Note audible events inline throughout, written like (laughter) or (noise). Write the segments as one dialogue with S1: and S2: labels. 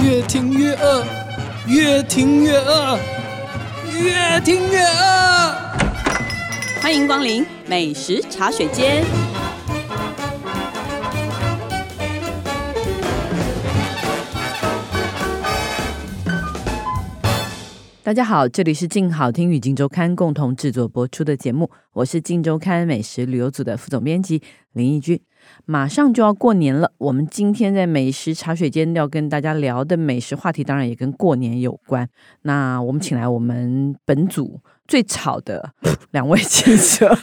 S1: 越听越饿，越听越饿，越听越饿。
S2: 欢迎光临美食茶水间。
S3: 大家好，这里是静好听与静周刊共同制作播出的节目，我是静周刊美食旅游组的副总编辑林义君。马上就要过年了，我们今天在美食茶水间要跟大家聊的美食话题，当然也跟过年有关。那我们请来我们本组最吵的两位记者，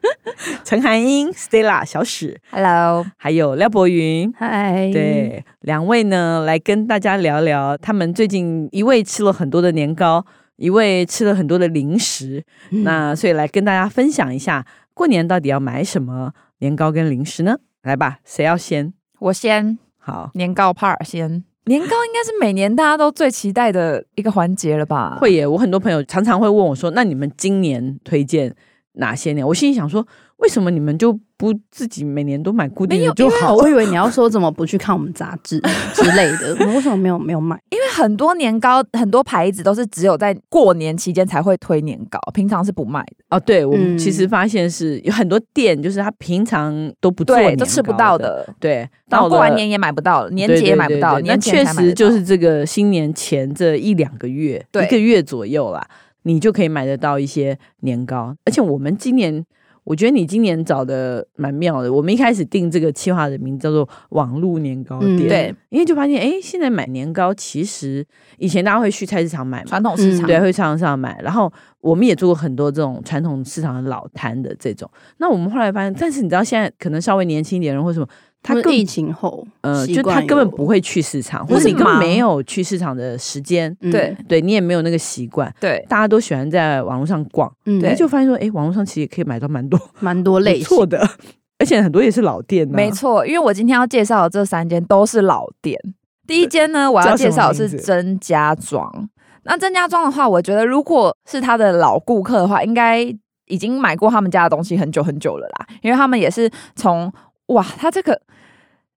S3: (laughs) 陈涵英、Stella、小史，
S4: Hello，
S3: 还有廖博云。
S4: 嗨，，
S3: 对，两位呢来跟大家聊聊，他们最近一位吃了很多的年糕，一位吃了很多的零食，
S4: 嗯
S3: 那所以来跟大家分享一下过年到底要买什么年糕跟零食呢？来吧，谁要先？
S4: 我先
S3: 好，
S4: 年糕帕尔先，年糕应该是每年大家都最期待的一个环节了吧？
S3: 会耶！我很多朋友常常会问我说，那你们今年推荐哪些年？我心里想说，为什么你们就不自己每年都买固定
S5: 没
S3: 的
S5: 有
S3: 就好
S5: 因为我
S3: 了？
S5: 以为你要说怎么不去看我们杂
S3: (laughs)
S5: 志之类的，我为什么没有没有买？
S4: 因为很多年糕，很多牌子都是只有在过年期间才会推年糕，平常是不卖的，
S3: 哦，对，我们其
S5: 嗯
S3: 实发现是有很多店，就是他平常都不做
S4: 对，
S3: 年
S4: 都吃不
S3: 糕
S4: 到
S3: 的。
S4: 的。
S3: 对，
S4: 然
S3: 到
S4: 后
S3: 了
S4: 过完年也买不到了，年
S3: 对
S4: 节也
S3: 对
S4: 买不
S3: 对
S4: 到，
S3: 对
S4: 年
S3: 那
S4: 前
S3: 确
S4: 才买得
S3: 实
S4: 到
S3: 就是这个新年前这一两个月，
S4: 对
S3: 一个月左右啦，你就可以买得到一些年糕。而且我们今年，我觉得你今年找的蛮妙的。我们一开始定这个企划的名字叫做“网路年糕店”，
S5: 嗯
S4: 对
S3: 因为就发现哎，诶现在买年糕其实以前大家会去菜市场买嘛，
S4: 传统市场。
S5: 嗯
S3: 对，会上上买。然后我们也做过很多这种传统市场的老摊的这种。那我们后来发现，但是你知道现在可能稍微年轻一点的人或什么，他
S5: 因为
S3: 更
S5: 疫情后，
S3: 呃，
S5: 习
S3: 就
S5: 惯
S3: 他根本
S5: 有
S3: 不会去市场，
S5: 或
S3: 或者
S5: 是
S3: 你根本
S4: 忙
S3: 没有去市场的时间，
S5: 嗯
S4: 对
S3: 对你也没有那个习惯。
S4: 对
S3: 大家都喜欢在网络上逛，
S5: 嗯，
S3: 哎，
S4: 对
S3: 就发现说，哎，网络上其实也可以买到蛮多
S5: 蛮
S3: 不
S5: 多类型
S3: 错，的，而且很多也是老店、啊，
S4: 没。错，因为我今天要介绍的这三间都是老店。第一间呢，我要介绍的是曾家庄。那曾家庄的话，我觉得如果是他的老顾客的话，应该已经买过他们家的东西很久很久了啦，因为他们也是从哇，他这个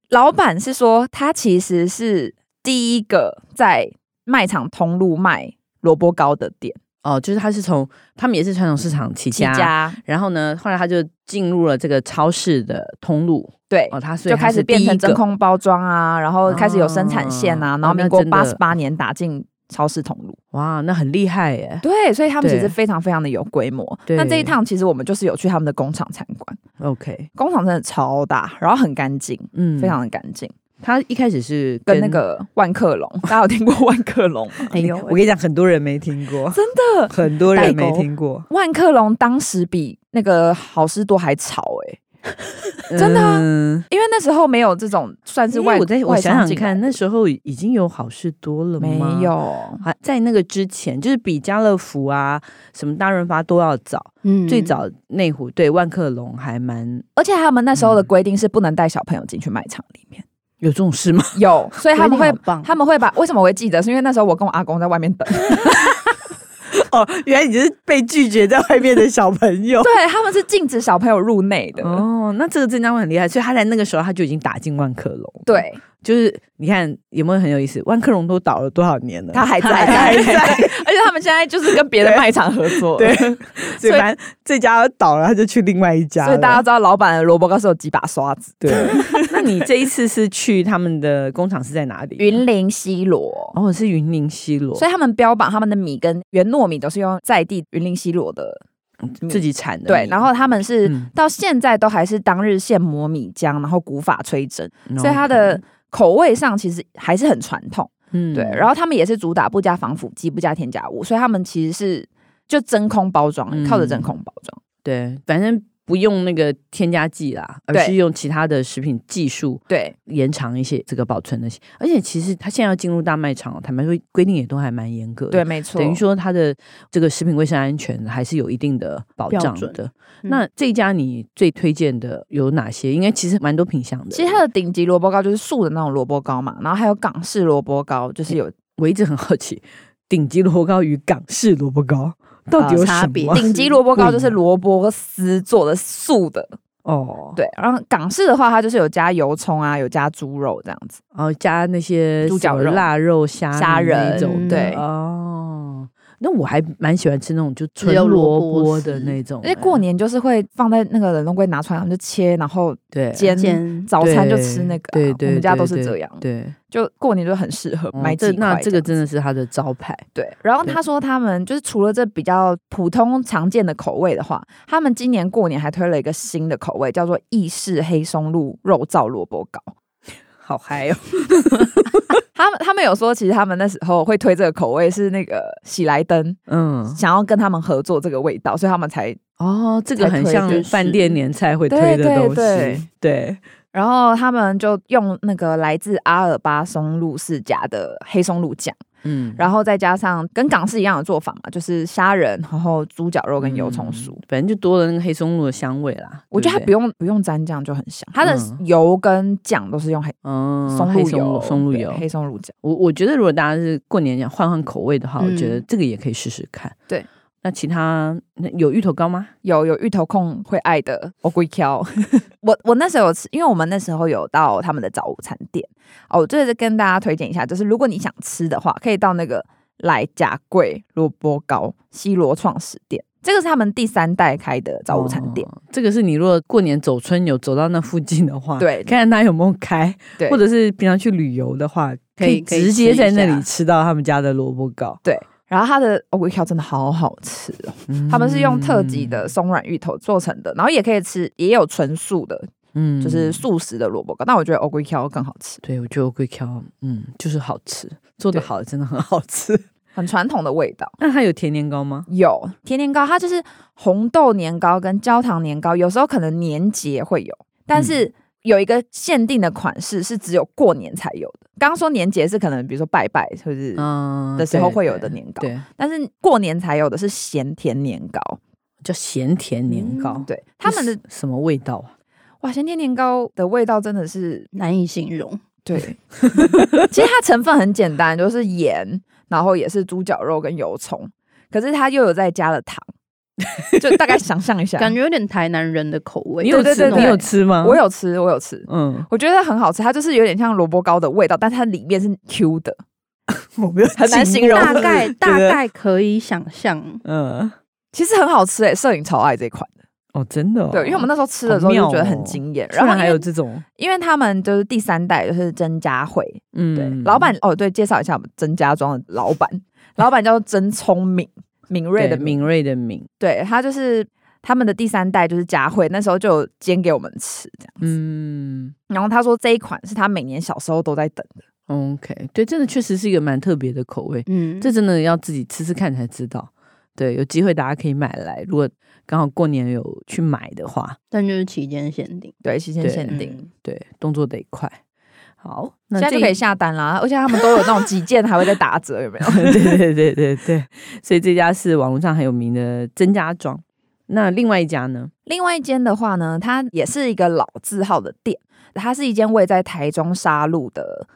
S4: 老板是说他其实是第一个在卖场通路卖萝卜糕的店
S3: 哦，就是他是从他们也是传统市场起
S4: 起
S3: 家，
S4: 家，
S3: 然后呢，后来他就进入了这个超市的通路。
S4: 对，
S3: 哦，他所以
S4: 就
S3: 他
S4: 开
S3: 是
S4: 始变
S3: 第一
S4: 成真
S3: 个
S4: 空包装啊，然后开始有生产线啊，
S3: 哦
S4: 然后民国
S3: 那真的
S4: 八十八年打进超市通路，
S3: 哇，那很厉害耶。
S4: 对，所以他们
S3: 对
S4: 其实非常非常的有规模。
S3: 对
S4: 那这一趟其实我们就是有去他们的工厂参观，
S3: OK，
S4: 工厂真的超大，然后很干净，
S3: 嗯，
S4: 非常的干净，
S3: 他一开始是
S4: 跟那个万客隆，大家有听过万客隆吗？
S5: 哎呦
S3: 我跟你讲，很多人没听 (laughs) 过，
S4: 真的，
S3: 很多
S5: 代
S3: 人没
S5: 沟
S3: 听过，
S4: 万客隆当时比那个好事多还吵哎、真的啊
S3: 嗯
S4: 因为那时候没有这种算是
S3: 因
S4: 外，
S3: 为我在我
S4: 外
S3: 想
S4: 商
S3: 想
S4: 进来
S3: 看，
S4: 的
S3: 那时候已经有好事多了吗？
S4: 没，有。
S3: 还在那个之前，就是比家乐福啊、什么大润发都要早，
S5: 嗯
S3: 最早内湖对万客隆还蛮
S4: 而且他们那时候的规定是不能带小朋友进去卖场里面，
S3: 有这种事吗？ (laughs)
S4: 有， (laughs) 所以他们
S5: 规
S4: 会
S5: 定好棒
S4: 他们会把为什么我会记得？是因为那时候我跟我阿公在外面等，
S3: 哦，原来你就是被拒绝在外面的小朋
S4: (laughs)
S3: 友。
S4: 对他们是禁止小朋友入内的。
S3: 哦，那这个真的会很厉害，所以他在那个时候他就已经打进万客隆。，
S4: 对
S3: 就是你看有没有很有意思？万客隆都倒了多少年了？
S4: 他还在，
S3: 他还在
S4: (laughs) 而且他们现在就是跟别的卖场合作，
S3: 对，所以
S4: 所以
S3: 反正这家倒了，他就去另外一家了。
S4: 所以大家知道老板的萝卜糕是有几把刷子。
S3: 对，那你这一次是去他们的工厂是在哪里？
S4: 云林西螺，
S3: 哦，是云林西螺，
S4: 所以他们标榜他们的米跟原糯米都是用在地云林西螺的，
S3: 嗯自己产的米。
S4: 对，然后他们是
S3: 嗯
S4: 到现在都还是当日现磨米浆，然后古法吹蒸，
S3: 嗯然后
S4: 所以它的口味上其实还是很传统。
S3: 嗯
S4: 对，然后他们也是主打不加防腐剂、不加添加物，所以他们其实是就真空包装，
S3: 嗯
S4: 靠着真空包装。
S3: 对，反正不用那个添加剂啦，而
S4: 对
S3: 是用其他的食品技术
S4: 对，
S3: 延长一些这个保存的期。而且其实它现在要进入大卖场，坦白说规定也都还蛮严格的。
S4: 对，。没错。
S3: 等于说，它的这个食品卫生安全还是有一定的保
S5: 标
S3: 障
S5: 准
S3: 的。
S5: 嗯
S3: 那这一家你最推荐的有哪些？应该其实蛮多品相的。
S4: 其实它的顶级萝卜糕就是素的那种萝卜糕嘛，然后还有港式萝卜糕，就
S3: (laughs)
S4: 是有
S3: 我一直很好奇， (laughs) 顶级萝卜糕与港式萝卜糕到底
S5: 呃
S3: 有 (laughs)
S5: 差
S3: 什
S5: 别
S3: 么？
S4: 顶级萝卜糕就是萝卜丝做的素的，
S3: 哦，
S4: 对，然后港式的话，它就是有加油葱啊，有加猪肉这样子。
S3: 然后加那些
S4: 猪
S3: 什
S4: 脚
S3: 么
S4: 肉
S3: 腊肉、虾
S4: 虾
S3: 米那
S4: 仁
S3: 种的
S4: 对
S3: 哦。那我还蛮喜欢吃那种就
S5: 只
S3: 纯
S5: 有萝
S3: 萝
S5: 卜
S3: 卜
S5: 丝
S3: 的那种
S4: 而
S3: 欸，
S4: 且过年就是会放在那个冷冻柜拿出来，然后就切，然后
S3: 对
S4: 煎，
S5: 煎
S4: 早餐就吃那个啊、
S3: 对对，
S4: 我们家都
S3: 对
S4: 是这样，
S3: 对，对
S4: 就过年就很适合
S3: 哦
S4: 买
S3: 这
S4: 几
S3: 那
S4: 块
S3: 这个
S4: 样子
S3: 真的是他的招牌，
S4: 对。然后
S3: 嗯
S4: 他说他们就是除了这比较普通常见的口味的话，他们今年过年还推了一个新的口味，叫做意式黑松露肉燥萝卜糕。
S3: 好嗨哦！
S4: 他们他们有说，其实他们那时候会推这个口味是那个喜来登
S3: 嗯，
S4: 想要跟他们合作这个味道，所以他们才。
S3: 哦，这个
S4: 才
S3: 很
S4: 推
S3: 像
S5: 就是
S3: 饭店年菜会推
S4: 对
S3: 的
S4: 对
S3: 东
S4: 对
S3: 西，对，
S4: 然后他们就用那个来自阿尔巴松露世家的黑松露酱，
S3: 嗯，
S4: 然后再加上跟港式一样的做法嘛，就是虾仁，然后猪脚肉跟油葱酥。
S3: 嗯，反正就多了那个黑松露的香味啦。
S4: 我觉得它不
S3: 用
S4: 用不用沾酱就很香，它的
S3: 嗯
S4: 油跟酱都是用黑
S3: 嗯
S4: 松
S3: 黑
S4: 露
S3: 松
S4: 油、
S3: 松露
S4: 对
S3: 油，
S4: 黑松露酱。
S3: 我我觉得如果大家是过年想换换口味的话，
S5: 嗯
S3: 我觉得这个也可以试试看。
S4: 对，
S3: 那其他那有芋头糕吗？
S4: 有有芋头控会爱的，我会 (laughs) 挑。我我那时候有吃，因为我们那时候有到他们的早午餐店哦。我这次跟大家推荐一下，就是如果你想吃的话，可以到那个来甲贵萝卜糕西罗创始店，这个是他们第三代开的早午餐店。
S3: 哦这个是你如果过年走春有走到那附近的话，
S4: 对
S3: 看看它有没有开，
S4: 对
S3: 或者是平常去旅游的话，
S5: 可以可以
S3: 直接
S5: 吃一
S3: 在那
S5: 下
S3: 里吃到他们家的萝卜糕。
S4: 然后它的藕桂条真的好好吃哦，他们是用特级的松软芋头做成的，然后也可以吃，也有纯素的，
S3: 嗯，嗯
S4: 就是素食的萝卜糕。但我觉得藕桂条更好吃，
S3: 对，我觉得龟壳，嗯，就是好吃，做的
S4: 对
S3: 好的真的很好吃。 (laughs)
S4: 很传统的味道。
S3: 那它有甜年糕吗？
S4: 有甜年糕，它就是红豆年糕跟焦糖年糕，有时候可能年节会有，但是有一个限定的款式是只有过年才有的。刚刚说年节是可能比如说拜拜或是
S3: 嗯，
S4: 的时候
S3: 对
S4: 会有
S3: 对
S4: 的年糕，
S3: 对，
S4: 但是过年才有的是咸甜年糕。
S3: 叫咸甜年糕。
S5: 嗯
S4: 对，他
S3: 它
S4: 们的
S3: 什么味道啊？
S4: 哇咸甜年糕的味道真的是
S5: 难以形容。
S4: 对，
S3: (laughs)
S4: 其实它成分很简单，就是盐，然后也是猪脚肉跟油葱，可是它又有再加了糖，就大概想象
S3: (laughs)
S4: 一下。
S5: 感觉有点台南人的口
S3: 啊
S5: 味。
S3: 你有
S4: 对对
S3: 吃？
S4: 对
S3: 你有吃吗？
S4: 我有吃，我有吃，
S3: 嗯，
S4: 我觉得很好吃，它就是有点像萝卜糕的味道，但它里面是 Q 的，
S3: (laughs) 我没有
S4: 很难
S3: 进
S4: 形容
S5: 大概大。
S3: 觉得
S5: 概可以想象，
S3: 嗯，
S4: 其实很好吃诶、欸摄影超爱这一款的，
S3: 哦，真的哦、
S4: 对，因为我们那时候吃的时候
S3: 好妙
S4: 就
S3: 哦
S4: 觉得很惊艳，
S3: 然
S4: 然
S3: 后
S4: 后
S3: 还
S4: 还
S3: 有
S4: 有
S3: 这种，
S4: 因为他们就是第三代就是甄家慧，
S3: 嗯，
S4: 对，老板哦对，介绍一下我们甄家庄的老板， (laughs) 老板叫做甄聪明，敏锐
S3: 对
S4: 的敏，
S3: 敏锐的敏，
S4: 对他就是他们的第三代就是家慧，那时候就有煎给我们吃这样，
S3: 嗯
S4: 然后他说这一款是他每年小时候都在等的，
S3: ，OK，对，真的确实是一个蛮特别的口味，
S5: 嗯，
S3: 这真的要自己吃吃看才知道。对，有机会大家可以买来，如果刚好过年有去买的话，
S5: 但就是期间限定，
S4: 对，期间
S3: 对
S4: 限定。
S5: 嗯
S3: 对，动作得快。好，那
S4: 现在就
S3: 这
S4: 可以
S3: 一
S4: 下单啦，而且他们都有那种几件还会再打折，有没有？ (laughs)
S3: (laughs) 对对对对对，所以这家是网络上很有名的曾家庄。那另外一家呢？
S4: 另外一间的话呢，它也是一个老字号的店，它是一间位在台中沙鹿的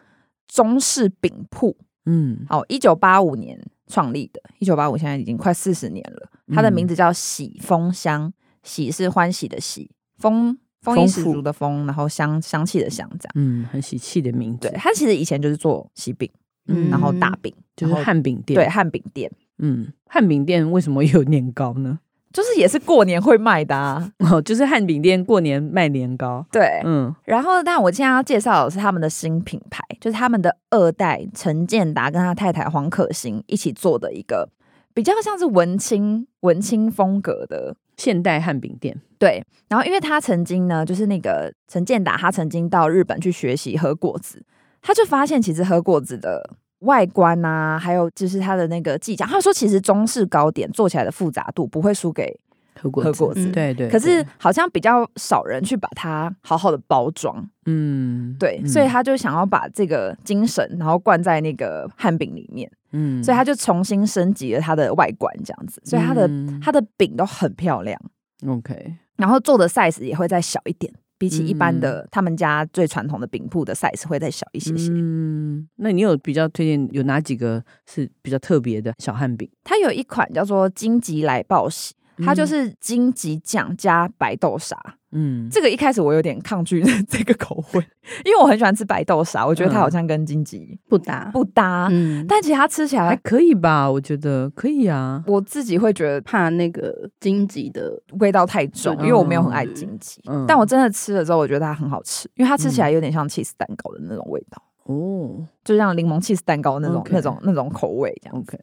S4: 中式饼铺。
S3: 嗯，
S4: 哦，一九八五年创立的，一九八五现在已经快四十年了。它的名字叫喜丰香，喜是欢喜的喜，丰丰衣
S3: 丰
S4: 十
S3: 富
S4: 足的丰，然后香香气的香，这样。
S3: 嗯，很喜气的名字
S4: 对，，它其实以前就是做喜饼，
S5: 嗯
S4: 然后大饼，
S3: 就是
S4: 然后
S3: 汉饼店。
S4: 对，汉饼店，
S3: 嗯，汉饼店为什么有年糕呢？
S4: 就是也是过年会卖
S3: (laughs)
S4: 的啊。
S3: 哦，就是汉饼店过年卖年糕。
S4: 对，
S3: 嗯，
S4: 然后，但我现在要介绍的是他们的新品牌，就是他们的二代陈建达跟他太太黄可欣一起做的一个比较像是文青文青风格的。
S3: 现代汉饼店。
S4: 对，然后因为他曾经呢，就是那个陈建达，他曾经到日本去学习和果子，他就发现其实和果子的外观啊，还有就是它的那个技巧，他说其实中式糕点做起来的复杂度不会输给，
S3: 喝果
S4: 和
S3: 子
S4: 果嗯
S5: 子
S3: 对对。
S4: 可是
S3: 对，
S4: 好像比较少人去把它好好的包装。
S3: 嗯，
S4: 对，
S3: 嗯
S4: 所以，他就想要把这个精神，然后灌在那个汉饼里面，
S3: 嗯
S4: 所以他就重新升级了它的外观，这样子，所以它的、
S3: 嗯
S4: 它的饼都很漂亮，
S3: OK，
S4: 然后做的 size 也会再小一点，比起一般的、他们家最传统的饼铺的 size 会再小一些些。
S3: 嗯，那你有比较推荐有哪几个是比较特别的小汉饼？
S4: 它有一款叫做荆棘来报喜，它就
S3: 嗯
S4: 是荆棘酱加白豆沙，
S3: 嗯，
S4: 这个一开始我有点抗拒这个口味，因为我很喜欢吃白豆沙，我觉得它好像跟金桔
S5: 不搭，
S4: 不搭，
S5: 嗯，但
S4: 但其实它吃起
S3: 还
S4: 来，
S3: 可以吧？我觉得可以啊。
S4: 我自己会觉得
S5: 怕那个荆棘的，
S4: 味道太重，因为我没有很爱荆棘。
S3: 嗯
S4: 但我真的吃了之后，我觉得它很好吃，因为它吃起来有点像 cheese 蛋糕的那种味道，
S3: 哦
S4: 就像柠檬 cheese 蛋糕那种
S3: OK
S4: 那种那种口味这样。
S3: ，OK，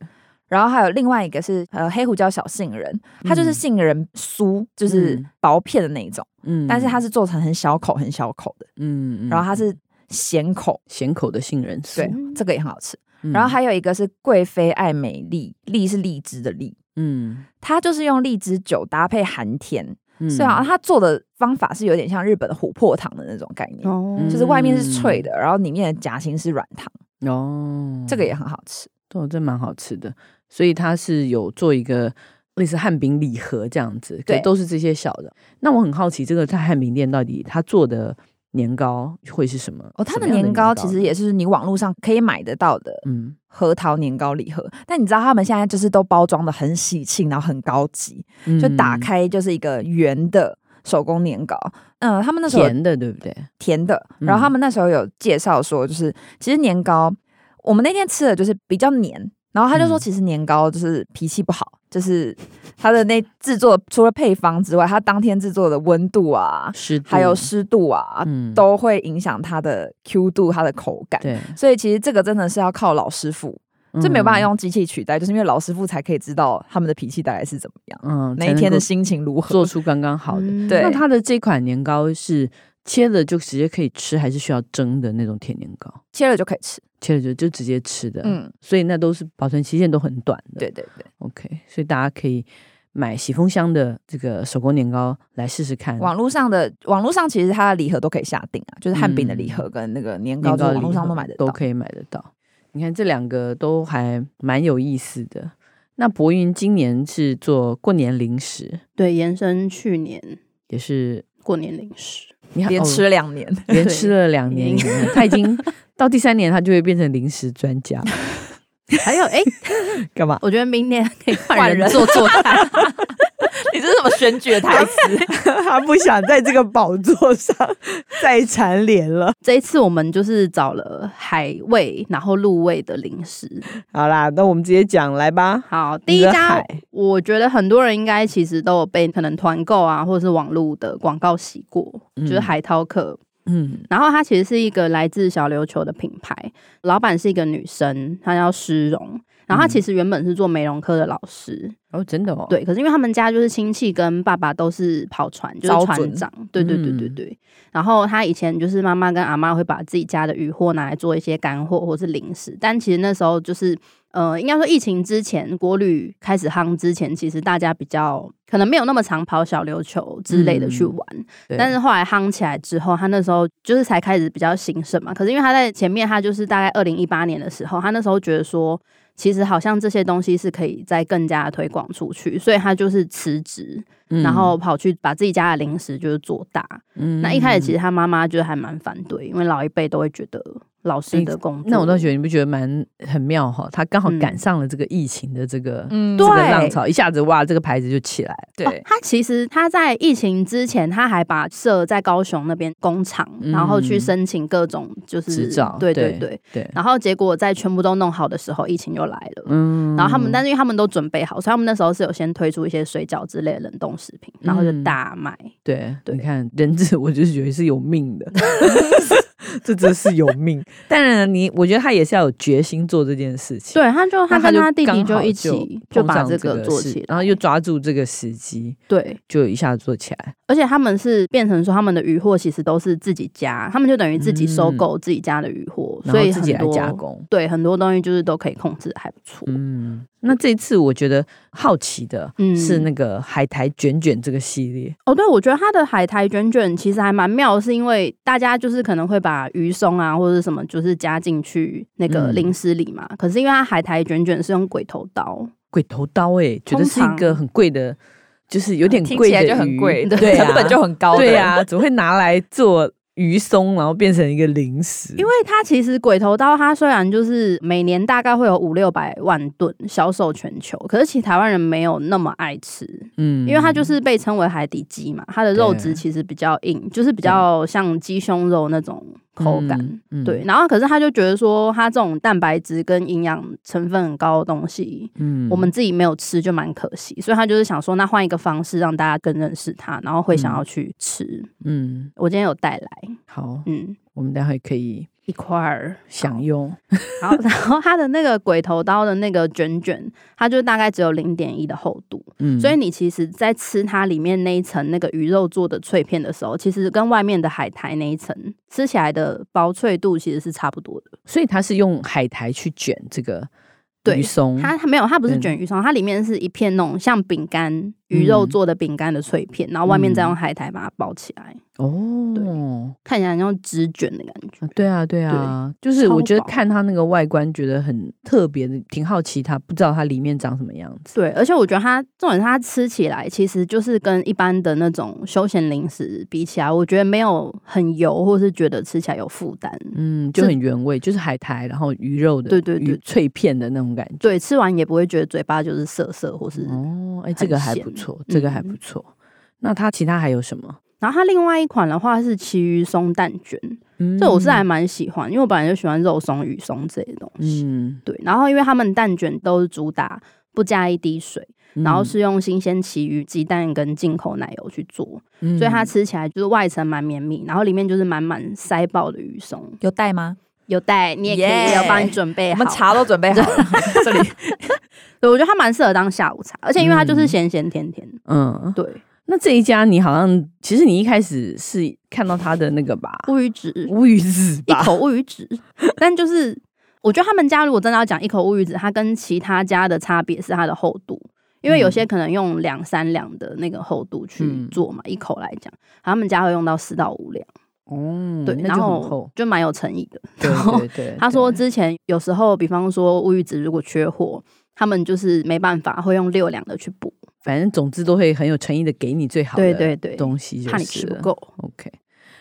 S4: 然后还有另外一个是呃黑胡椒小杏仁，它就是
S3: 嗯
S4: 杏仁酥，就是
S3: 嗯
S4: 薄片的那一种，
S3: 嗯
S4: 但是它是做成很小口很小口的，
S3: 嗯，嗯
S4: 然后它是咸口，
S3: 咸口的杏仁酥，
S4: 对，这个也很好吃。
S3: 嗯
S4: 然后还有一个是贵妃爱美丽，丽是荔枝的荔。
S3: 嗯，
S4: 它就是用荔枝酒搭配寒甜，
S3: 嗯
S4: 虽然它做的方法是有点像日本的琥珀糖的那种概念，
S5: 哦
S3: 嗯
S4: 就是外面是脆的，然后里面的夹心是软糖，
S3: 哦，
S4: 这个也很好吃。
S3: 对，这蛮好吃的。所以它是有做一个类似汉饼礼盒这样子，可
S4: 对
S3: 都是这些小的。那我很好奇，这个在汉饼店到底它做的年糕会是什么？
S4: 哦，它
S3: 什么
S4: 的
S3: 样的
S4: 年糕其实也是你网络上可以买得到的
S3: 嗯，
S4: 核桃年糕礼盒，但你知道他们现在就是都包装的很喜庆，然后很高级，
S3: 嗯
S4: 就打开就是一个圆的手工年糕。嗯、他们那时候有
S3: 甜的，对不对？
S4: 甜的，
S3: 嗯
S4: 然后他们那时候有介绍说，就是其实年糕，我们那天吃的就是比较黏，然后他就说，
S3: 嗯
S4: 其实年糕就是脾气不好，就是它的那制作除了配方之外，它当天制作的温度啊，
S3: 湿度
S4: 还有湿度啊，
S3: 嗯
S4: 都会影响它的 Q 度、它的口感。
S3: 对，
S4: 所以其实这个真的是要靠老师傅，这没
S3: 嗯
S4: 有办法用机器取代，就是因为老师傅才可以知道他们的脾气大概是怎么样，
S3: 嗯，嗯
S4: 那一
S3: 才能
S4: 天的
S3: 够
S4: 心情如何
S3: 做。出刚刚好的。
S5: 嗯
S4: 对
S3: 那它的这款年糕是切了就直接可以吃，还是需要蒸的那种甜年糕？
S4: 切了就可以吃。
S3: 切了就就直接吃的，嗯，
S4: 嗯，
S3: 所以那都是保存期限都很短的。
S4: 对对对，
S3: ，OK，所以大家可以买喜丰香的这个手工年糕来试试看。
S4: 网络上的网络上其实它的礼盒都可以下定啊，就是汉饼的礼
S3: 嗯
S4: 盒跟那个年糕，
S3: 年
S4: 就是
S3: 糕
S4: 网络上
S3: 礼盒
S4: 都买得到。
S3: 都可以买得到。你看这两个都还蛮有意思的。那博云今年是做过年零食，
S5: 对，延伸去年
S6: (laughs)
S3: 也是
S5: 过年零食，
S3: 你看
S4: 连
S3: 哦
S4: 吃两年，
S3: (laughs) 连
S5: 对
S3: 吃了两年以后，
S6: (laughs)
S3: 他已经到第三年，他就会变成零食专家。
S5: 还有哎，
S4: 干嘛？
S5: 我觉得明年可以
S4: 换
S5: 换人
S4: 人
S5: 做做看，
S4: 你这是什么选举的台词？
S6: (laughs) 他不想在这个宝座上 (laughs) 再蝉联了。
S5: 这一次我们就是找了海味，然后陆味的零食。
S6: 好啦，那我们直接讲来吧。
S5: 好，第一
S6: 你的
S5: 家
S6: 海
S5: 我觉得很多人应该其实都有被可能团购啊，或者是网络的广告洗过，
S3: 嗯
S5: 就是海涛客。
S3: 嗯
S5: 然后它其实是一个来自小琉球的品牌，老板是一个女生，她叫施荣。然后她其实原本是做美容科的老师，
S3: 哦，真的哦，，
S5: 对。可是因为他们家就是亲戚跟爸爸都是跑船，就是
S4: 招
S5: 船
S4: 准
S5: 长，对对对对
S3: 嗯
S5: 对。然后她以前就是妈妈跟阿妈会把自己家的渔获拿来做一些干货或是零食，但其实那时候就是呃，应该说疫情之前，国旅开始夯之前，其实大家比较可能没有那么常跑小琉球之类的去
S3: 嗯
S5: 玩。但是后来夯起来之后，他那时候就是才开始比较兴盛嘛。可是因为他在前面，他就是大概二零一八年的时候，他那时候觉得说，其实好像这些东西是可以再更加推广出去，所以他就是辞职，
S3: 嗯
S5: 然后跑去把自己家的零食就是做大。
S3: 嗯
S5: 那一开始其
S3: 实，
S5: 实他妈妈就还蛮反对，因为老一辈都会觉得老师
S3: 哎
S5: 的工作，
S3: 那我倒觉得你不觉得蛮很妙哈？他刚好
S5: 嗯
S3: 赶上了这个疫情的这个
S4: 嗯，
S3: 这
S5: 对
S3: 个浪潮，一下子哇，这个牌子就起来了。
S5: 哦
S4: 对，
S5: 他其实他在疫情之前，他还把设在高雄那边工厂，然后去
S3: 嗯
S5: 申请各种就是
S3: 执照
S5: 对对
S3: 对
S5: 对。
S3: 对，
S5: 然后结果在全部都弄好的时候，疫情又来了。
S3: 嗯
S5: 然后他们，但是因为他们都准备好，所以他们那时候是有先推出一些水饺之类的冷冻食品，然后就
S3: 嗯
S5: 大卖。
S3: 对，
S5: 对
S3: 你看人质，我就是觉得是有命
S5: (laughs)
S3: 的，这真是有命。当然，你我觉得他也是要有决心做这件事情。
S5: 对，他就他
S3: 那
S5: 跟他弟弟
S3: 刚好
S5: 一起
S3: 就
S5: 就把
S3: 碰上
S5: 这
S3: 这
S5: 个做
S3: 事
S5: 起来，
S3: 然后又抓住这个时机，
S5: 对，
S3: 就一下子做起来。
S5: 而且他们是变成说他们的鱼货其实都是自己家，他们就等于自己收
S3: 嗯
S5: 购自己家的鱼货，
S3: 然
S5: 所
S3: 后
S5: 以
S3: 自己
S5: 很
S3: 来
S5: 多
S3: 加工。
S5: 对很多东西就是都可以控制，还不错。
S3: 嗯，那这一次我觉得好奇的
S5: 嗯
S3: 是那个海苔卷卷这个系列，
S5: 哦，对，我觉得它的海苔卷卷其实还蛮妙的，是因为大家就是可能会把鱼松啊或者是什么，就是加进去那个
S3: 嗯
S5: 零食里嘛。可是因为它海苔卷卷是用鬼头刀，
S3: 鬼头刀哎、觉得是一
S5: 通
S3: 个
S5: 常
S3: 很贵的，就是有点
S4: 听
S3: 贵
S4: 起
S5: 啊
S3: 的
S4: 来
S3: 鱼， (laughs)
S4: 就很贵，
S3: 对啊，
S4: 成本就很高的，
S3: 对啊，怎么会拿来做鱼松，然后变成一个零食。
S5: 因为它其实鬼头刀，它虽然就是每年大概会有五六百万吨销售全球，可是其实台湾人没有那么爱吃，
S3: 嗯
S5: 因为它就是被称为海底鸡嘛，它的肉质
S3: 对
S5: 其实比较硬，就是比较像鸡胸肉那种口感。
S3: 嗯
S5: 对，，然后可是他就觉得说，他这种蛋白质跟营养成分很高的东西，
S3: 嗯
S5: 我们自己没有吃就蛮可惜，所以他就是想说，那换一个方式让大家更认识它，然后会想要去吃。
S3: 嗯
S5: 我今天有带来，
S3: 好，
S5: 嗯，
S3: 我们待会可以
S5: 一块儿
S3: 享用。
S5: 然后，然后它的那个鬼头刀的那个卷卷，它就大概只有零点一的厚度，
S3: 嗯
S5: 所以你其实，在吃它里面那一层那个鱼肉做的脆片的时候，其实跟外面的海苔那一层吃起来的薄脆度其实是差不多的。
S3: 所以它是用海苔去卷这个
S5: 对
S3: 鱼松，
S5: 它它没有，它不是
S3: 嗯
S5: 卷鱼松，它里面是一片那种像饼干鱼肉
S3: 嗯
S5: 做的饼干的脆片，然后外面再
S3: 嗯
S5: 用海苔把它包起来，
S3: 哦。
S5: 看起来很像纸卷的感觉
S3: 啊。对啊，对啊，就是
S5: 超
S3: 我觉得
S5: 薄
S3: 看它那个外观，觉得很特别的，挺好奇它，不知道它里面长什么样子。
S5: 对，而且我觉得它重点是它吃起来其实就是跟一般的那种休闲零食比起来，我觉得没有很油，或是觉得吃起来有负担。
S3: 嗯，就是很原味，就是海苔，然后鱼肉的，
S5: 对对对
S3: 鱼脆片的那种感觉。
S5: 对，吃完也不会觉得嘴巴就是涩涩，或是……
S3: 哦，哎，
S5: 很
S3: 这个还
S5: 咸
S3: 不错，这个还
S5: 嗯
S3: 不错。那它其他还有什么？
S5: 然后它另外一款的话是奇鱼松蛋卷，
S3: 嗯
S5: 这我是还蛮喜欢，因为我本来就喜欢肉松、鱼松这些东西。
S3: 嗯，
S5: 对，然后因为他们蛋卷都是主打不加一滴水，然后
S3: 嗯
S5: 是用新鲜奇鱼、鸡蛋跟进口奶油去做，所以它
S3: 嗯
S5: 吃起来就是外层蛮绵密，然后里面就是满满塞爆的鱼松。
S4: 有带吗？
S5: 有带，你也可以，
S4: 耶
S5: 有帮你准备
S4: 我
S5: 好。
S4: 们茶都准备好 (laughs) 了，这里
S5: 对，我觉得它蛮适合当下午茶，而且因为它就是咸咸甜甜。
S3: 嗯，
S5: 对，
S3: 那这一家你好像其实你一开始是看到它的那个吧，
S5: 乌鱼子，
S3: 无语子
S5: 一
S3: 吧， (laughs)
S5: 口乌鱼子，但就是我觉得他们家如果真的要讲一口乌鱼子，它跟其他家的差别是它的厚度。因为有些可能用两三两的那个厚度去
S3: 嗯
S5: 做嘛，一口来讲，他们家会用到四到五两，
S3: 哦，
S5: 对，
S3: 那
S5: 然
S3: 就很厚
S5: 后，就蛮有诚意的。
S3: 对
S5: 然后
S3: 对对，
S5: 他说
S3: 对
S5: 之前有时候，比方说乌鱼子如果缺货，他们就是没办法，会用六两的去补。
S3: 反正总之都会很有诚意的给你最好的
S5: 对对对，
S3: 东西，
S5: 怕你吃不。够。
S3: OK，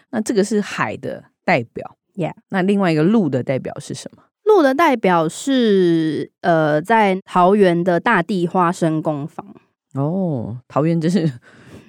S3: 那这个是海的代表
S5: Yeah
S3: 那另外一个陆的代表是什么？
S5: 鹿的代表是呃，在桃园的大地花生工坊，
S3: 哦，桃园真是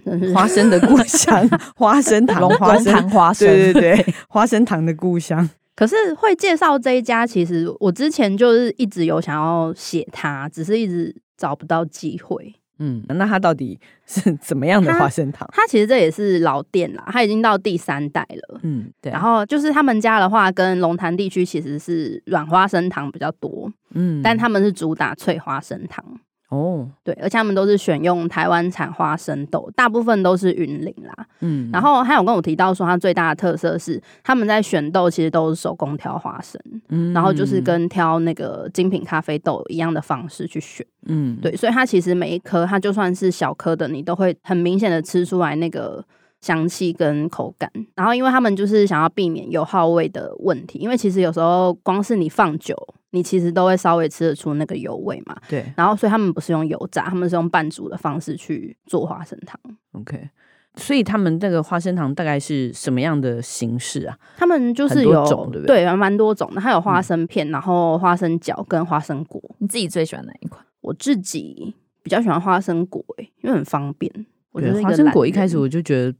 S5: 真是
S3: 花生的故
S5: (laughs)
S3: 乡，花生糖，花
S4: 龙
S3: 生 (laughs)
S4: 潭花生，
S6: 对对对，花生糖的故乡，
S5: 可是会介绍这一家，其实我之前就是一直有想要写它，只是一直找不到机会。
S3: 嗯，那它到底是怎么样的
S5: 它
S3: 花生糖？
S5: 它其实这也是老店啦，它已经到第三代了。
S3: 嗯，对，
S5: 然后就是他们家的话，跟龙潭地区其实是软花生糖比较多，
S3: 嗯
S5: 但他们是主打脆花生糖。
S3: 哦，
S5: 对，而且他们都是选用台湾产花生豆，大部分都是云林啦。
S3: 嗯，
S5: 然后他有跟我提到说，它最大的特色是他们在选豆其实都是手工挑花生，
S3: 嗯，
S5: 然后就是跟挑那个精品咖啡豆一样的方式去选。
S3: 嗯，
S5: 对，所以它其实每一颗，它就算是小颗的，你都会很明显的吃出来那个香气跟口感。然后，因为他们就是想要避免油耗味的问题，因为其实有时候光是你放久，你其实都会稍微吃得出那个油味嘛。
S3: 对
S5: 然后，所以他们不是用油炸，他们是用半煮的方式去做花生糖。
S3: ，OK。所以他们那个花生糖大概是什么样的形式啊？
S5: 他们就
S3: 很
S5: 是
S3: 多
S5: 有
S3: 种对不对嗯
S5: 对，蛮多种的，它有花生片，然后花生角跟花生果。
S4: 你自己最喜欢哪一款？
S5: 我自己比较喜欢花生果、欸，因为很方便。我觉
S3: 对啊
S5: 得
S3: 花生果一开始我就觉得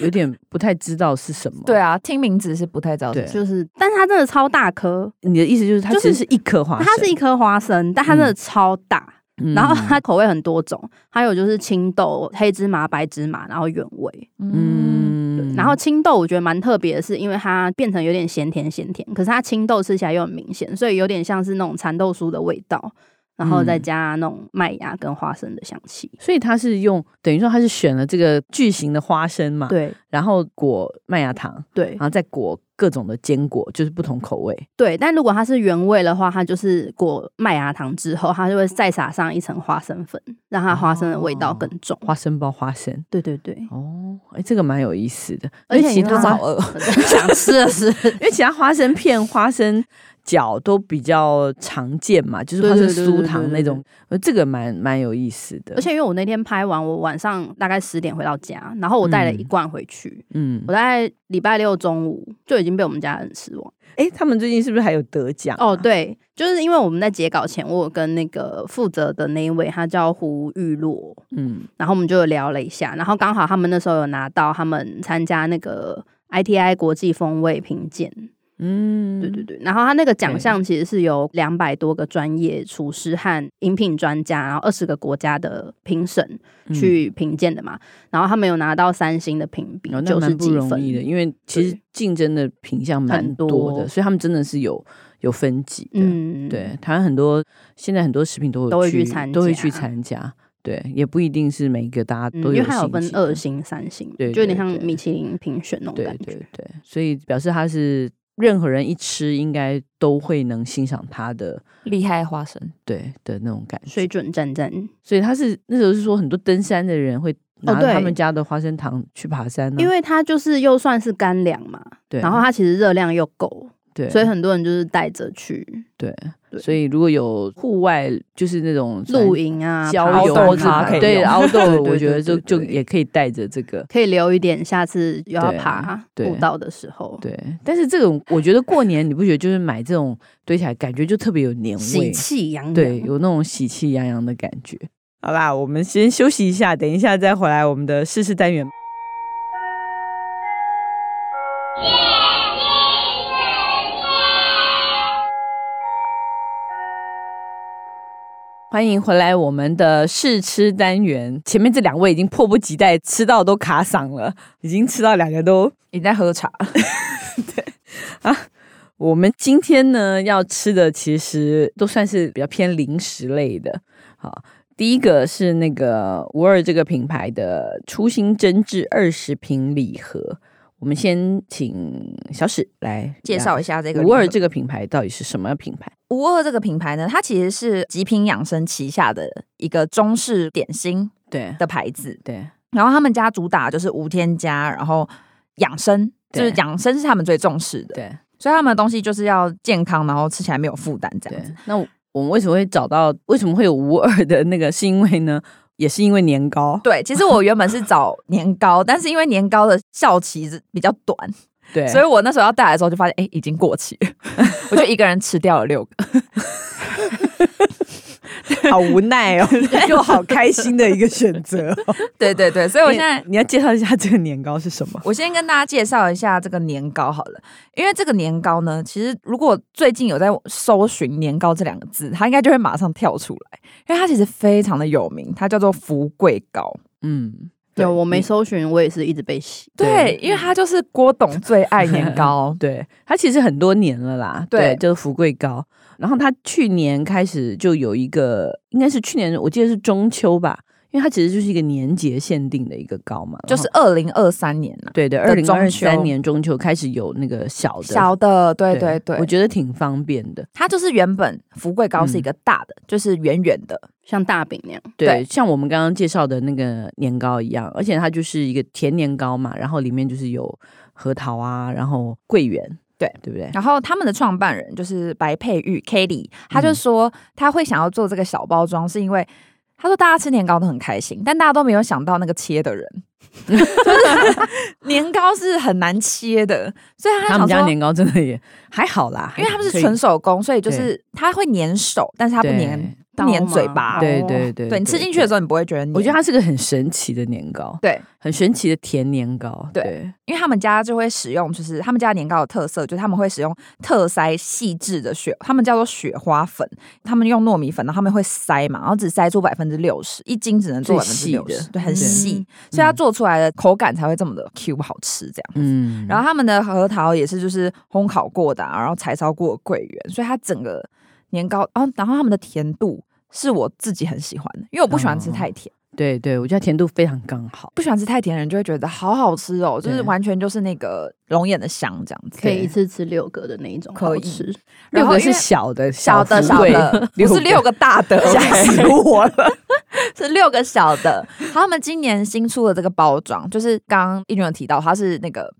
S3: 有
S5: (laughs)
S3: 点不太知道是什么。
S4: 对，啊，听名字是不太知道是
S3: 对
S4: 什么，
S5: 就是，但是它真的超大颗，
S3: 你的意思就是它
S5: 就
S3: 其实
S5: 是
S3: 是一颗花生，
S5: 它是一颗花生，但它真的超大。
S3: 嗯，
S5: 然后它口味很多种，还有就是青豆、黑芝麻、白芝麻，然后原味。
S4: 嗯，
S5: 对然后青豆我觉得蛮特别的是，因为它变成有点咸甜咸甜，可是它青豆吃起来又很明显，所以有点像是那种蚕豆酥的味道，然后
S3: 嗯
S5: 再
S3: 啊
S5: 加那种麦芽跟花生的香气。
S3: 所以它是用等于说它是选了这个巨型的花生嘛，，
S5: 对
S3: 然后裹麦芽糖，
S5: 对
S3: 然后再裹各种的坚果，就是不同口味。
S5: 对，但如果它是原味的话，它就是裹麦芽糖之后，它就会再撒上一层花生粉，让它花生的味道更重。
S3: 花生包花生
S5: 对对对，
S3: 哦，哎，这个蛮有意思的。
S5: 而
S3: 因
S5: 且
S3: 为其
S5: 你
S3: 他
S5: 看
S3: 花
S5: 它，想吃的是，
S3: (laughs) 因为其他花生片、花生角都比较常见嘛，就是花生
S5: 对对对对
S3: 酥
S5: 对
S3: 糖那种，呃这个蛮蛮有意思的。
S5: 而且因为我那天拍完，我晚上大概十点回到家，然后我带了一
S3: 嗯
S5: 罐回去，
S3: 嗯
S5: 我，大概礼拜六中午就已经被我们家人失望。
S3: 哎，他们最近是不是还有得奖啊？
S5: 哦，对，就是因为我们在截稿前，我有跟那个负责的那一位，他叫胡玉洛，
S3: 嗯，
S5: 然后我们就有聊了一下，然后刚好他们那时候有拿到他们参加那个 ITI 国际风味评鉴，
S3: 嗯，
S5: 对对对，然后他那个奖
S3: 对
S5: 项其实是由两百多个专业厨师和饮品专家，然后二十个国家的评审
S3: 嗯，
S5: 去评鉴的嘛，然后他们有拿到三星的评比
S3: 哦，，那
S5: 九十
S3: 蛮不
S5: 几
S3: 容
S5: 分
S3: 易的，因为其实
S5: 对
S3: 竞争的品相蛮
S5: 很多
S3: 多的，所以他们真的是有有分级的。
S5: 嗯，
S3: 对，啊台湾很多现在很多食品都有
S5: 都会
S3: 去
S5: 去参
S3: 都会去
S5: 加
S3: 参加。对，也不一定是每一个大家
S5: 嗯，
S3: 都
S5: 因为它有
S3: 兴
S5: 分
S3: 趣
S5: 二
S3: 的
S5: 星、三星嘛，
S3: 啊对
S5: 就有点
S3: 对
S5: 像
S3: 对
S5: 米其林评选那种
S3: 对
S5: 感觉。
S3: 对对，所以表示它是任何人一吃，应该都会能欣赏它的
S4: 厉害花生，
S3: 对的那种感觉。
S5: 水准战战，
S3: 所以它是那时候是说很多登山的人会拿着
S5: 哦对
S3: 他们家的花生糖去爬山、啊，
S5: 因为它就是又算是干粮嘛，
S3: 对，
S5: 然后它其实热量又够，
S3: 对，
S5: 所以很多人就是带着去
S3: 对，
S5: 对
S3: 所以如果有户外就是那种
S5: 露营啊、
S3: 郊
S5: 爬
S3: 游
S5: 山
S3: 或
S6: ，outdoor
S3: 是
S5: 啊
S6: 爬可以
S3: 对
S6: 用
S3: outdoor，
S5: (laughs) 对
S3: 我
S5: 对
S3: 觉得
S5: 对
S3: 就
S5: 对
S3: 就
S5: 对
S3: 也可以带着这个。
S5: 可以留一点，下次又要
S3: 对
S5: 爬
S3: 对
S5: 步道的时候，
S3: 对，但是这种我觉得过年你不觉得就是买这种堆起来，感觉就特别有年
S5: 喜
S3: 味，
S5: 气洋洋。
S3: 对，有那种喜气洋洋的感觉。
S6: 好啦，我们先休息一下，等一下再回来我们的试试单元。
S3: 欢迎回来，我们的试吃单元前面这两位已经迫不及待吃到都卡嗓了，已经吃到两个都
S4: 你在
S3: (laughs)
S4: 喝茶？
S3: 啊我们今天呢要吃的其实都算是比较偏零食类的。好，第一个是那个无二这个品牌的初心真挚二十瓶礼盒。我们先请小史来
S4: 介绍一下这个
S3: 无二这
S4: 个
S3: 个品牌到底是什么品牌？
S4: 无二这个品牌呢，它其实是极品养生旗下的一个中式点心
S3: 对
S4: 的牌子，
S3: 对，
S4: 然后他们家主打就是无添加，然后养生，就
S3: 对
S4: 是养生是他们最重视的，
S3: 对
S4: 所以他们的东西就是要健康，然后吃起来没有负担这样
S3: 对
S4: 子。。
S3: 那我们为什么会找到？为什么会有无二的那个？是因为呢，也是因为年糕。
S4: 对，其实我原本是找年糕，但是因为年糕的效期是比较短，
S3: 对，
S4: 所以我那时候要带来的时候就发现，哎、已经过期了， (laughs) 我就一个人吃掉了六个。 (laughs)
S6: 好无奈哦，又好开心的一个选择哦、
S4: (laughs) 对对对，所以我现在
S6: 你要介绍一下这个年糕是什么？
S4: 我先跟大家介绍一下这个年糕好了，因为这个年糕呢，其实如果最近有在搜寻“年糕”这两个字，它应该就会马上跳出来，因为它其实非常的有名，它叫做福贵糕。
S3: 嗯，
S5: 有我没
S3: 你。
S5: 搜寻，我也是一直被洗。
S4: 对，因为它就是郭董最爱年糕
S3: (laughs) 对，它其实很多年了啦，对，
S4: 对
S3: 就是福贵糕。然后它去年开始就有一个，应该是去年我记得是中秋吧，因为它其实就是一个年节限定的一个糕嘛，然后
S4: 就是二零二三年了、
S3: 对对，二
S4: 的
S3: 零
S4: 中
S3: 二
S4: 秋
S3: 三年中秋开始有那个小的
S4: 小的，对对对，
S3: 我觉得嗯挺方便的。
S4: 它就是原本福贵糕是一个大的，就是圆圆的，
S5: 像大饼那样，
S3: 对，
S4: 对
S3: 像我们刚刚介绍的那个年糕一样，而且它就是一个甜年糕嘛，然后里面就是有核桃啊，然后桂圆，
S4: 对啊
S3: 对不对？
S4: 然后他们的创办人就是白佩玉 Kelly，他
S3: 嗯
S4: 就说他会想要做这个小包装，是因为他说大家吃年糕都很开心，但大家都没有想到那个切的人，
S3: (laughs)
S4: 就是年糕是很难切的，所以他
S3: 他们
S4: 想
S3: 家
S4: 说，
S3: 年糕真的也还好啦，
S4: 因为他们
S3: 还
S4: 是纯手工，所以就
S3: 对
S4: 是它会粘手，但是它
S3: 它
S4: 不粘，不粘嘴巴，
S3: 对对对，
S4: 对你吃进去的时
S3: 候，
S4: 候你不会觉得黏，
S3: 我觉得它是个很神奇的年糕，
S4: 对。
S3: 很神奇的甜年糕，
S4: 对
S3: 对
S4: 因为他们家就会使用，就是他们家年糕的特色，就是他们会使用特筛细致的雪，他们叫做雪花粉，他们用糯米粉，然后他们会筛嘛，然后只筛出百分之六十，一斤只能做百分之
S3: 最细
S4: 六
S3: 的
S4: 十，对，很
S5: 对
S4: 细
S5: 嗯，
S4: 所以它做出来的口感才会这么的 Q 好吃这样。
S3: 嗯，
S4: 然
S3: 后
S4: 后他们的核桃也是就是烘烤过的、啊，然后柴烧过的桂圆，所以它整个哦年糕，然后然后他们的甜度是我自己很喜欢的，因为我不喜欢吃
S3: 哦
S4: 太甜，
S3: 对对，我觉得它甜度非常刚好。
S4: 不喜欢吃太甜的人就会觉得好好吃哦，就是
S3: 对
S4: 完全就是那个龙眼的香这样子。
S5: 可以一次吃六个的那一种，
S4: 可以
S5: 好吃。
S4: 然
S3: 六
S4: 后
S3: 个
S4: 因为
S3: 是小的，
S4: 小的
S3: 富
S4: 小
S3: 贵
S4: 的，不是六
S3: 六
S4: 个大 (laughs) 的，
S6: 吓死我了！
S4: (laughs) 是六个小的。他们今年新出的这个包装，就是刚刚一军有提到，它是那个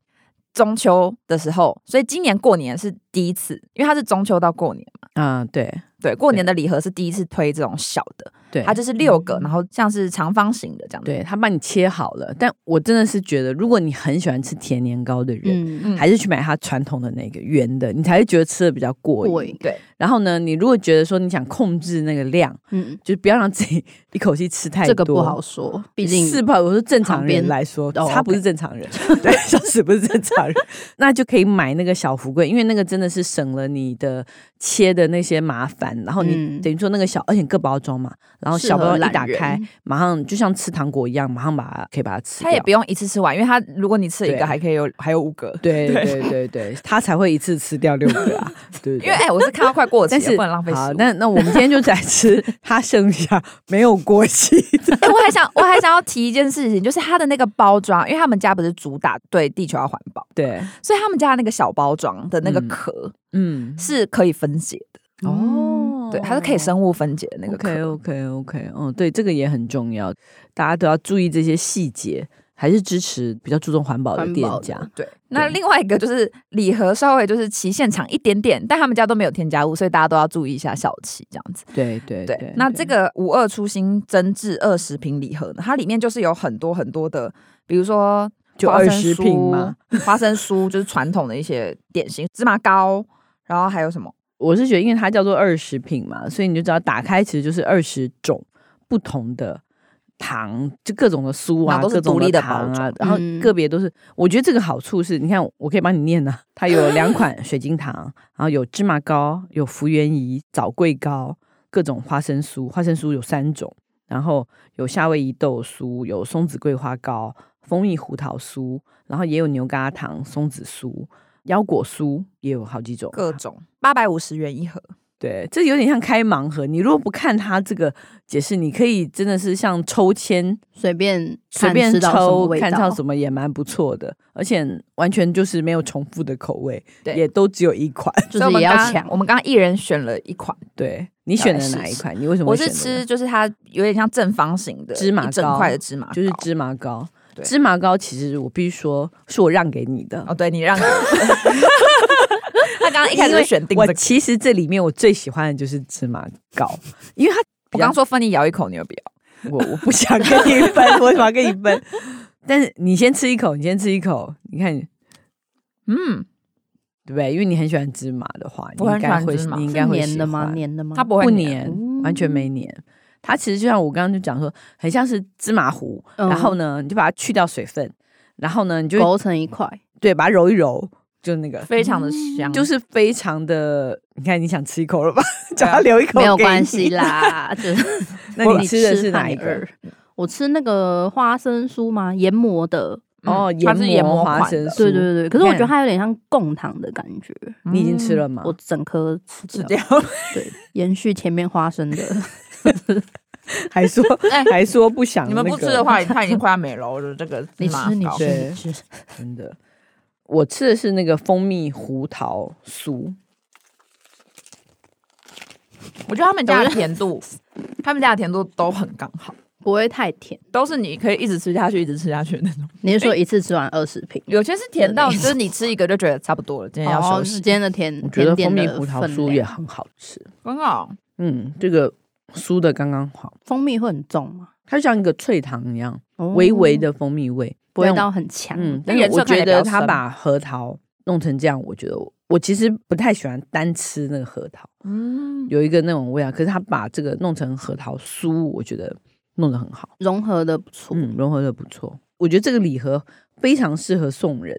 S4: 中秋的时候，所以今年过年是第一次，因为它是中秋到过年嘛，
S3: 啊，对
S4: 对，过年的礼盒是第一次推这种小的，
S3: 对，
S4: 它就是六个，然后像是长方形的这
S5: 嗯
S4: 样子。
S3: 对他帮你切好了。但我真的是觉得，如果你很喜欢吃甜年糕的人，
S5: 嗯，
S3: 还是去买它传统的那个圆的，你才会觉得吃的比较过瘾。
S5: 对，
S4: 对，
S3: 然后呢，你如果觉得说你想控制那个量，
S5: 嗯，
S3: 就是不要让自己 (laughs) 一口气吃太多，
S5: 这个不好说，毕竟
S3: 是吧？我说正常
S5: 旁
S3: 人
S5: 边
S3: 来说，
S5: 哦
S3: 他不是正常人，对，小史不是正常人，那就可以买那个小福贵，因为那个真的是省了你的切的那些麻烦，然后你、
S5: 嗯
S3: 等于说那个小，而且各包装嘛，然后
S5: 适
S3: 小包
S5: 合
S3: 装一
S5: 懒
S3: 打
S5: 人
S3: 开，马上就像吃糖果一样，马上把它可以把它吃掉。
S4: 它也不用一次吃完，因为它如果你吃一
S3: 对
S4: 个，还可以有还有五个。
S3: 对对对对，他才会一次吃掉六个啊，对不对？
S4: 因为哎、我是看到快过
S3: (laughs)
S4: 期
S3: 但
S4: 了，
S3: 是
S4: 不能浪费食
S3: 好
S4: 物，。
S3: 那那我们今天就在吃它剩下没有过期的，
S4: (laughs) 哎、我还想，我还想要提一件事情，就是它的那个包装，因为他们家不是主打对地球要环保，
S3: 对，
S4: 所以他们家那个小包装的那个
S3: 嗯
S4: 壳、
S3: 嗯，
S4: 是可以分解的，
S3: 哦
S4: 对，它是可以生物分解的那个壳。
S3: OK OK OK，嗯，对，这个也很重要，大家都要注意这些细节，还是支持比较注重环保的
S5: 环
S3: 店
S5: 保的
S3: 家。
S4: 对，那另外一个就是礼盒稍微就是期限长一点点，但他们家都没有添加物，所以大家都要注意一下小气这样子。
S3: 对对
S4: 对，那这个五二初心真挚二十瓶礼盒呢，它里面就是有很多很多的，比如说
S3: 就
S4: 花生
S3: 20
S4: 酥
S3: 瓶吗？
S4: 花生酥就是传统的一些点心，芝麻糕，然后还有什么？
S3: 我是觉得，因为它叫做二十品嘛，所以你就知道打开其实就是二十种不同的糖，就各种的酥啊，
S4: 然后都是
S3: 各种
S4: 独立的
S3: 糖
S4: 包
S3: 啊
S4: 装，
S3: 然后
S5: 嗯
S3: 个别都是。我觉得这个好处是，你看我可以帮你念啊，它有两
S4: (laughs)
S3: 款水晶糖，然后有芝麻糕，有福原怡枣桂糕，各种花生酥，花生酥有三种，然后有夏威夷豆酥，有松子桂花糕，蜂蜜胡桃酥，然后也有牛轧糖、松子酥、腰果酥，也有好几种。
S4: 各种八百五十元一盒，
S3: 对，这有点像开盲盒。你如果不看它这个解释，你可以真的是像抽签，
S5: 随便
S3: 随便
S5: 看吃到什么
S3: 抽，
S5: 味
S3: 看到
S5: 道
S3: 什么也蛮不错的，而且完全就是没有重复的口味，
S4: 对
S3: 也都只有一款。 (laughs)
S5: 就
S4: 所以我
S5: 是
S4: 们
S5: 也要
S4: 刚
S5: 抢。
S4: 我们刚刚一人选了一款，
S3: 对你选的哪一款？你为什么会
S4: 我
S3: 选
S4: 是
S3: 的
S4: 吃就是它有点像正方形的
S3: 芝麻糕
S4: 一整块的芝麻糕，
S3: 就是芝麻糕？
S4: 对
S3: 芝麻糕其实我必须说是我让给你的。
S4: 哦，对
S3: (laughs)
S4: 你让给 (laughs) 我他刚刚一开始就选定
S3: 我
S4: 这个，
S3: 其实这里面我最喜欢的就是芝麻糕，因为它
S4: 我刚说分你咬一口，你有不要？
S3: 我我不想跟你 (laughs) 分，我想要跟你分。但是你先吃一口，你先吃一口，你看，
S4: 嗯，
S3: 对不对？因为你很喜欢芝麻的话，你
S4: 我很
S3: 应该
S4: 喜欢
S3: 会
S4: 芝，麻
S3: 你应
S5: 是
S3: 该会
S5: 黏
S3: 喜
S5: 的吗？
S3: 欢
S5: 黏的吗？
S4: 它不会
S3: 不
S4: 黏，嗯
S3: 黏，完全没黏。它其实就像我刚刚就讲说，很像是芝麻糊，
S5: 嗯
S3: 然后呢，你就把它去掉水分，然后呢，你就
S5: 勾成一块，
S3: (laughs) 对把它揉一揉，就那个，
S4: 非常的香，
S3: 就是非常的。你看，你想吃一口了吧？ (laughs) 叫
S4: 对
S3: 它
S4: 啊
S3: 留一口，
S5: 没有关系。啦。就是
S3: (laughs) 那你
S5: 你
S3: 吃的是哪
S5: 害
S3: 一个？
S5: 了？我吃那个花生酥嘛，研磨的。
S4: 嗯
S3: 哦，
S4: 它是研磨
S3: 磨花
S4: 款
S3: 生
S4: 的
S3: 酥，
S5: 对对对，可是我
S3: 看啊
S5: 觉得它有点像贡糖的感觉。
S3: 你已经吃了吗？
S5: 我整颗吃
S4: 嗯吃
S5: 掉，
S4: 掉。
S5: 对，延续前面花生的。
S3: (laughs) 还
S4: (laughs)
S3: 说
S4: 哎
S3: 还说不想
S4: 你们
S3: 啊那
S4: 不吃
S3: 个
S4: 的话，它已经快要没了。了。这个芝
S5: 你
S4: 麻
S5: 吃，你
S4: 糕
S5: 吃，你吃。
S3: 真的，我吃的是那个蜂蜜胡桃酥，
S4: 我觉得他们家的甜度，他们家的甜度都很刚好，
S5: 不会太甜。
S4: 都是你可以一直吃下去，一直吃下去的那种。
S5: 你是
S3: 哎
S5: 说一次吃完二十瓶？
S4: 有些是甜到
S5: 对
S4: 就是你吃一个就觉得差不多了，今天要
S5: 哦，
S4: 休
S5: 是
S4: 息。
S5: 今天的
S4: 嗯
S5: 甜，
S3: 我觉得
S5: 甜
S3: 蜂
S5: 点
S3: 蜜
S5: 的
S3: 胡桃
S5: 分
S3: 酥
S5: 量
S3: 也很好吃。
S4: 很好，
S3: 嗯，这个酥的刚刚好，
S5: 蜂蜜会很重吗？
S3: 它像一个脆糖一样，
S5: 哦
S3: 微微，的蜂蜜味，
S5: 不会
S3: 但
S5: 到很强。
S3: 嗯，
S4: 那
S3: 但是
S4: 颜色
S3: 我
S4: 看起
S3: 觉
S4: 来比较
S3: 得它
S4: 深
S3: 把核桃弄成这样，我觉得我我其实不太喜欢单吃那个核桃，
S4: 嗯，
S3: 有一个那种味道，可是它把这个弄成核桃酥，我觉得弄得很好，
S5: 融合的不错。
S3: 嗯，融合的不错。我觉得这个礼盒非常适合送人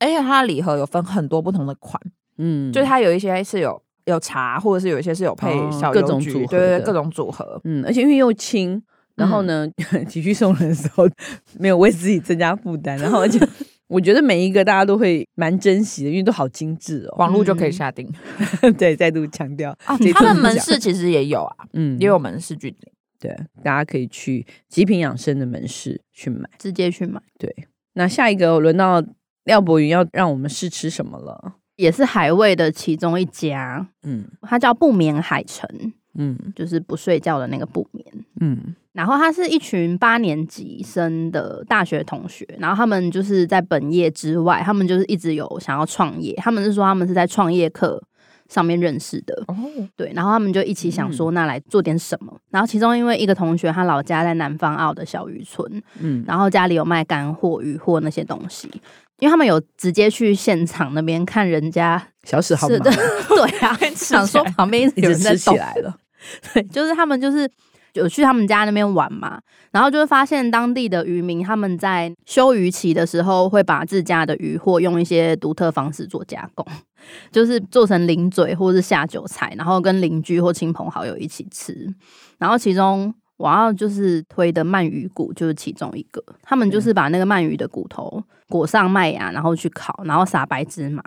S3: 欸诶、
S4: 而且它的礼盒有分很多不同的款，
S3: 嗯，
S4: 就是它有一些是有有茶，或者是有一些是有配
S3: 哦
S4: 小
S3: 各
S4: 邮
S3: 种
S4: 局
S3: 组合
S4: 对对
S3: 的
S4: 对，各种组合。
S3: 嗯，而且因为又轻，然
S5: 嗯
S3: 后呢， (laughs) 急需送人的时候没有为自己增加负担，然后而
S5: (laughs)
S3: 且我觉得每一个大家都会蛮珍惜的，因为都好精致哦。 (laughs)
S4: 网络就可以下定、
S3: 对，再度强调
S4: 啊
S3: 这次
S4: 他们
S3: 不
S4: 门
S3: 讲
S4: 市其实也有啊，
S3: 嗯
S4: 也有门市据点。
S3: 对，大家可以去极品养生的门市去买。
S5: 直接去买，
S3: 对，那下一个轮到廖博云要让我们试吃什么了？
S5: 也是海味的其中一家，
S3: 嗯
S5: 它叫不眠海城，
S3: 嗯
S5: 就是不睡觉的那个不眠。
S3: 嗯
S5: 然后他是一群八年级生的大学同学，然后他们就是在本业之外，他们就是一直有想要创业。他们是说他们是在创业课上面认识的，
S3: 哦
S5: 对。然后他们就一起想说，那来做点什么。然后其中因为一个同学他老家在南方澳的小渔村，
S3: 嗯
S5: 然后家里有卖干货、鱼货那些东西。因为他们有直接去现场那边看人家
S3: 小史好
S5: 是的
S3: 忙，，
S5: (laughs)
S3: (laughs)
S5: 对啊，想说旁边一直
S3: 一直
S5: 有人在
S3: 吃起
S5: 动，
S3: 来了。
S5: (laughs) 对，就是他们就是有去他们家那边玩嘛，然后就会发现当地的渔民他们在休渔期的时候，会把自家的渔获用一些独特方式做加工，就是做成零嘴或是下酒菜，然后跟邻居或亲朋好友一起吃。然后其中我要就是推的鳗鱼骨就是其中一个，他们就是把那个鳗鱼的骨头裹上麦芽，然虽然烤，然后撒白芝麻。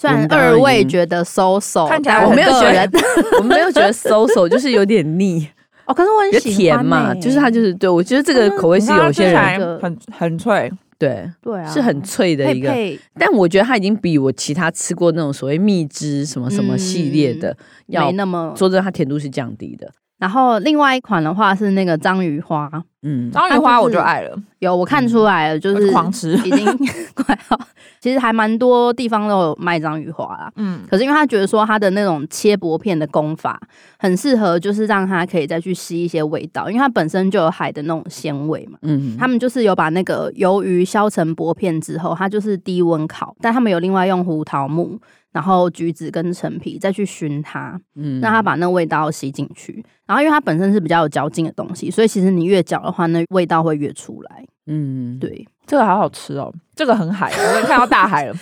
S5: 虽然
S3: 闻到
S5: 二位
S3: 已经
S5: 觉得 so so，
S4: 看起来
S5: 但我
S4: 很
S5: 没有
S4: 个
S5: 觉
S3: (laughs)
S4: 人
S5: 得
S3: 我没有觉得 so so，就是有点腻，
S5: 哦， (laughs) 可是我很
S3: 有
S5: 喜欢、欸
S3: 甜嘛，就是它就是对我觉得这个口味是有些人
S5: 的
S4: 很很脆，
S3: 对
S5: 对啊，
S3: 是很脆的一个，
S5: 配配
S3: 但我觉得它已经比我其他吃过那种所谓蜜汁什么什么系列的、要
S5: 嗯没那么。
S3: 说真的，它甜度是降低的。
S5: 然后另外一款的话是那个章鱼花，
S3: 嗯，
S4: 章鱼花我就爱了，
S5: 有我看出来了，就
S4: 我
S5: 是
S4: 狂吃
S5: 已经 (laughs) 快要，其实还蛮多地方都有卖章鱼花啦。
S4: 嗯，
S5: 可是因为他觉得说他的那种切薄片的功法很适合，就是让它可以再去吸一些味道，因为它本身就有海的那种鲜味嘛。
S3: 嗯，
S5: 他们就是有把那个鱿鱼削成薄片之后，它就是低温烤，但他们有另外用胡桃木、然后橘子跟陈皮再去熏它，
S3: 嗯
S5: 让它把那个味道吸进去。然后因为它本身是比较有嚼劲的东西，所以其实你越嚼的话，那味道会越出来。
S3: 嗯，
S5: 对，
S4: 这个好好吃哦，这个很海，我看到大海了，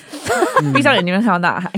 S3: 嗯
S4: 闭上眼睛就看到
S5: (laughs)
S4: 大海，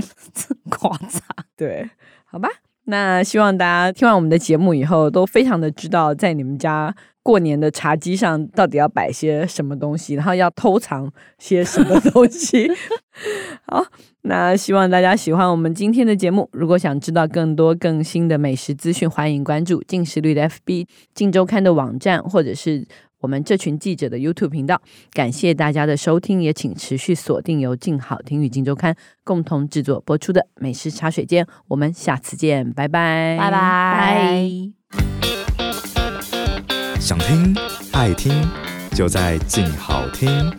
S5: 夸张。
S3: 对，好吧。那希望大家听完我们的节目以后，都非常的知道在你们家过年的茶几上到底要摆些什么东西，然后要偷藏些什么东西。
S4: (laughs)
S3: 好，那希望大家喜欢我们今天的节目。如果想知道更多更新的美食资讯，欢迎关注进食率的 FB、进周刊的网站，或者是我们这群记者的 YouTube 频道。感谢大家的收听，也请持续锁定由静好听与静周刊共同制作播出的《美食茶水间》，我们下次见，拜拜，
S4: 拜。拜。
S7: 想听爱听，就在静好听。